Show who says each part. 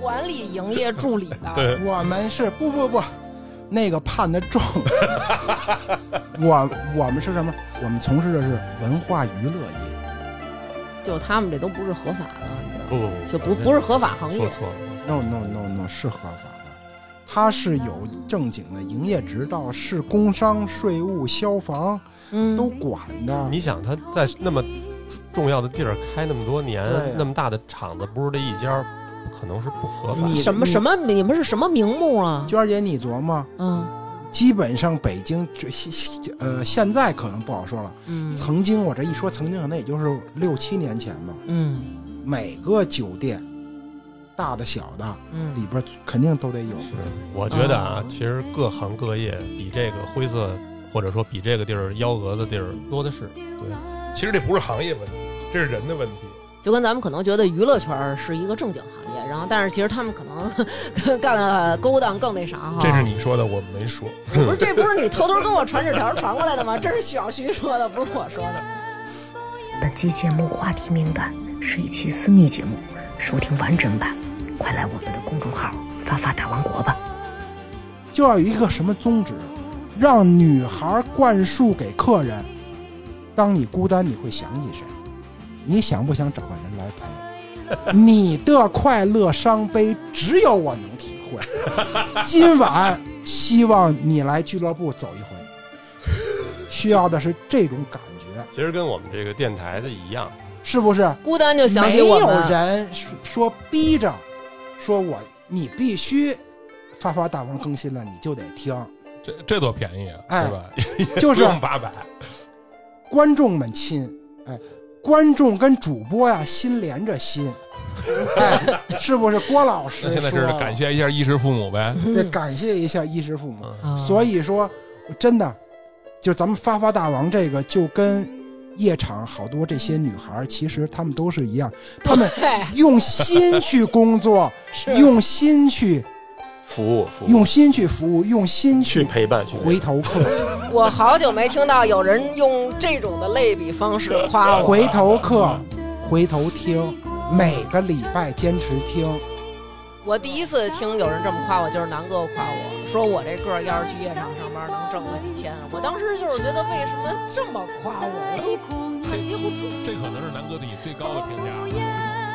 Speaker 1: 管理营业助理的。
Speaker 2: 对
Speaker 3: 我们是不不不，那个判的重。 我我们是什么？我们从事的是文化娱乐业。
Speaker 1: 就他们这都不是合法的，你知道吗？
Speaker 2: 不不不，
Speaker 1: 就不不是合法行
Speaker 2: 说
Speaker 1: 业。
Speaker 2: 错了，
Speaker 3: No no no no，是合法的，它是有正经的营业执照，是工商、税务、消防
Speaker 1: 嗯，
Speaker 3: 都管的。
Speaker 2: 你想他在那么重要的地儿开那么多年
Speaker 3: 对呀，啊
Speaker 2: 那么大的厂子不是这一家儿，不可能是不合法。
Speaker 3: 你
Speaker 1: 什么什
Speaker 3: 么？
Speaker 1: 么？你们是什么名目啊？
Speaker 3: 娟儿姐，你琢磨，
Speaker 1: 嗯
Speaker 3: 基本上北京这西西呃，现在可能不好说了。
Speaker 1: 嗯
Speaker 3: 曾经我这一说，曾经可能也就是六七年前吧。
Speaker 1: 嗯
Speaker 3: 每个酒店，大的小的，
Speaker 1: 嗯，
Speaker 3: 里边肯定都得有。
Speaker 2: 我觉得
Speaker 3: 嗯
Speaker 2: 啊，其实各行各业比这个灰色，或者说比这个地儿幺蛾子地儿多的是。对，
Speaker 4: 其实这不是行业问题，这是人的问题。
Speaker 3: 啊
Speaker 1: 就跟咱们可能觉得娱乐圈儿是一个正经行业，然后但是其实他们可能 干了勾当更那啥哈。
Speaker 4: 这是你说的，我没说。
Speaker 1: 不是这不是你偷偷跟我传纸条传过来的吗？这是小徐说的，不是我说的。
Speaker 5: 本期节目话题敏感，是一期私密节目，收听完整版，快来我们的公众号“发发大王国”吧。
Speaker 3: 就要有一个什么宗旨，让女孩灌输给客人：当你孤单，你会想起谁？你想不想找个人来陪？ 你的快乐伤悲，只有我能体会。今晚希望你来俱乐部走一回，需要的是这种感觉，
Speaker 2: 其实跟我们这个电台的一样，
Speaker 3: 是不是？
Speaker 1: 孤单就想
Speaker 3: 没
Speaker 1: 起我
Speaker 3: 有
Speaker 1: 们，
Speaker 3: 人说说逼着，说我你必须发发大王更新了，你就得听。
Speaker 4: 这这多便宜啊，
Speaker 3: 哎
Speaker 4: 是吧？
Speaker 3: 就
Speaker 4: 不
Speaker 3: 是
Speaker 4: 用八百，
Speaker 3: 观众们亲，哎，观众跟主播呀心连着心，哎，是不是？啊郭老师
Speaker 4: 那现在
Speaker 3: 说
Speaker 4: 是
Speaker 3: 了
Speaker 4: 感，谢一下衣食父母呗。
Speaker 3: 得感谢一下衣食父母。
Speaker 4: 嗯，
Speaker 1: 啊
Speaker 3: 所以说，真的，就咱们发发大王这个，就跟夜场好多这些女孩儿，其实她们都是一样，她们
Speaker 1: 对
Speaker 3: 用心去工作，
Speaker 1: 是
Speaker 3: 用心去
Speaker 6: 服务，服务
Speaker 3: 用心去服务，用心
Speaker 6: 去
Speaker 3: 去
Speaker 6: 陪伴，去陪伴
Speaker 3: 回头客，
Speaker 1: 我好久没听到有人用这种的类比方式夸我。
Speaker 3: 回头客，回头听，每个礼拜坚持听。
Speaker 1: 我第一次听有人这么夸我，就是南哥夸我说我这个儿要是去夜场上班能挣个几千，啊我当时就是觉得为什么这么夸我，我都
Speaker 3: 嗯
Speaker 2: 啊
Speaker 4: 这这可能是南哥对你最高的评价。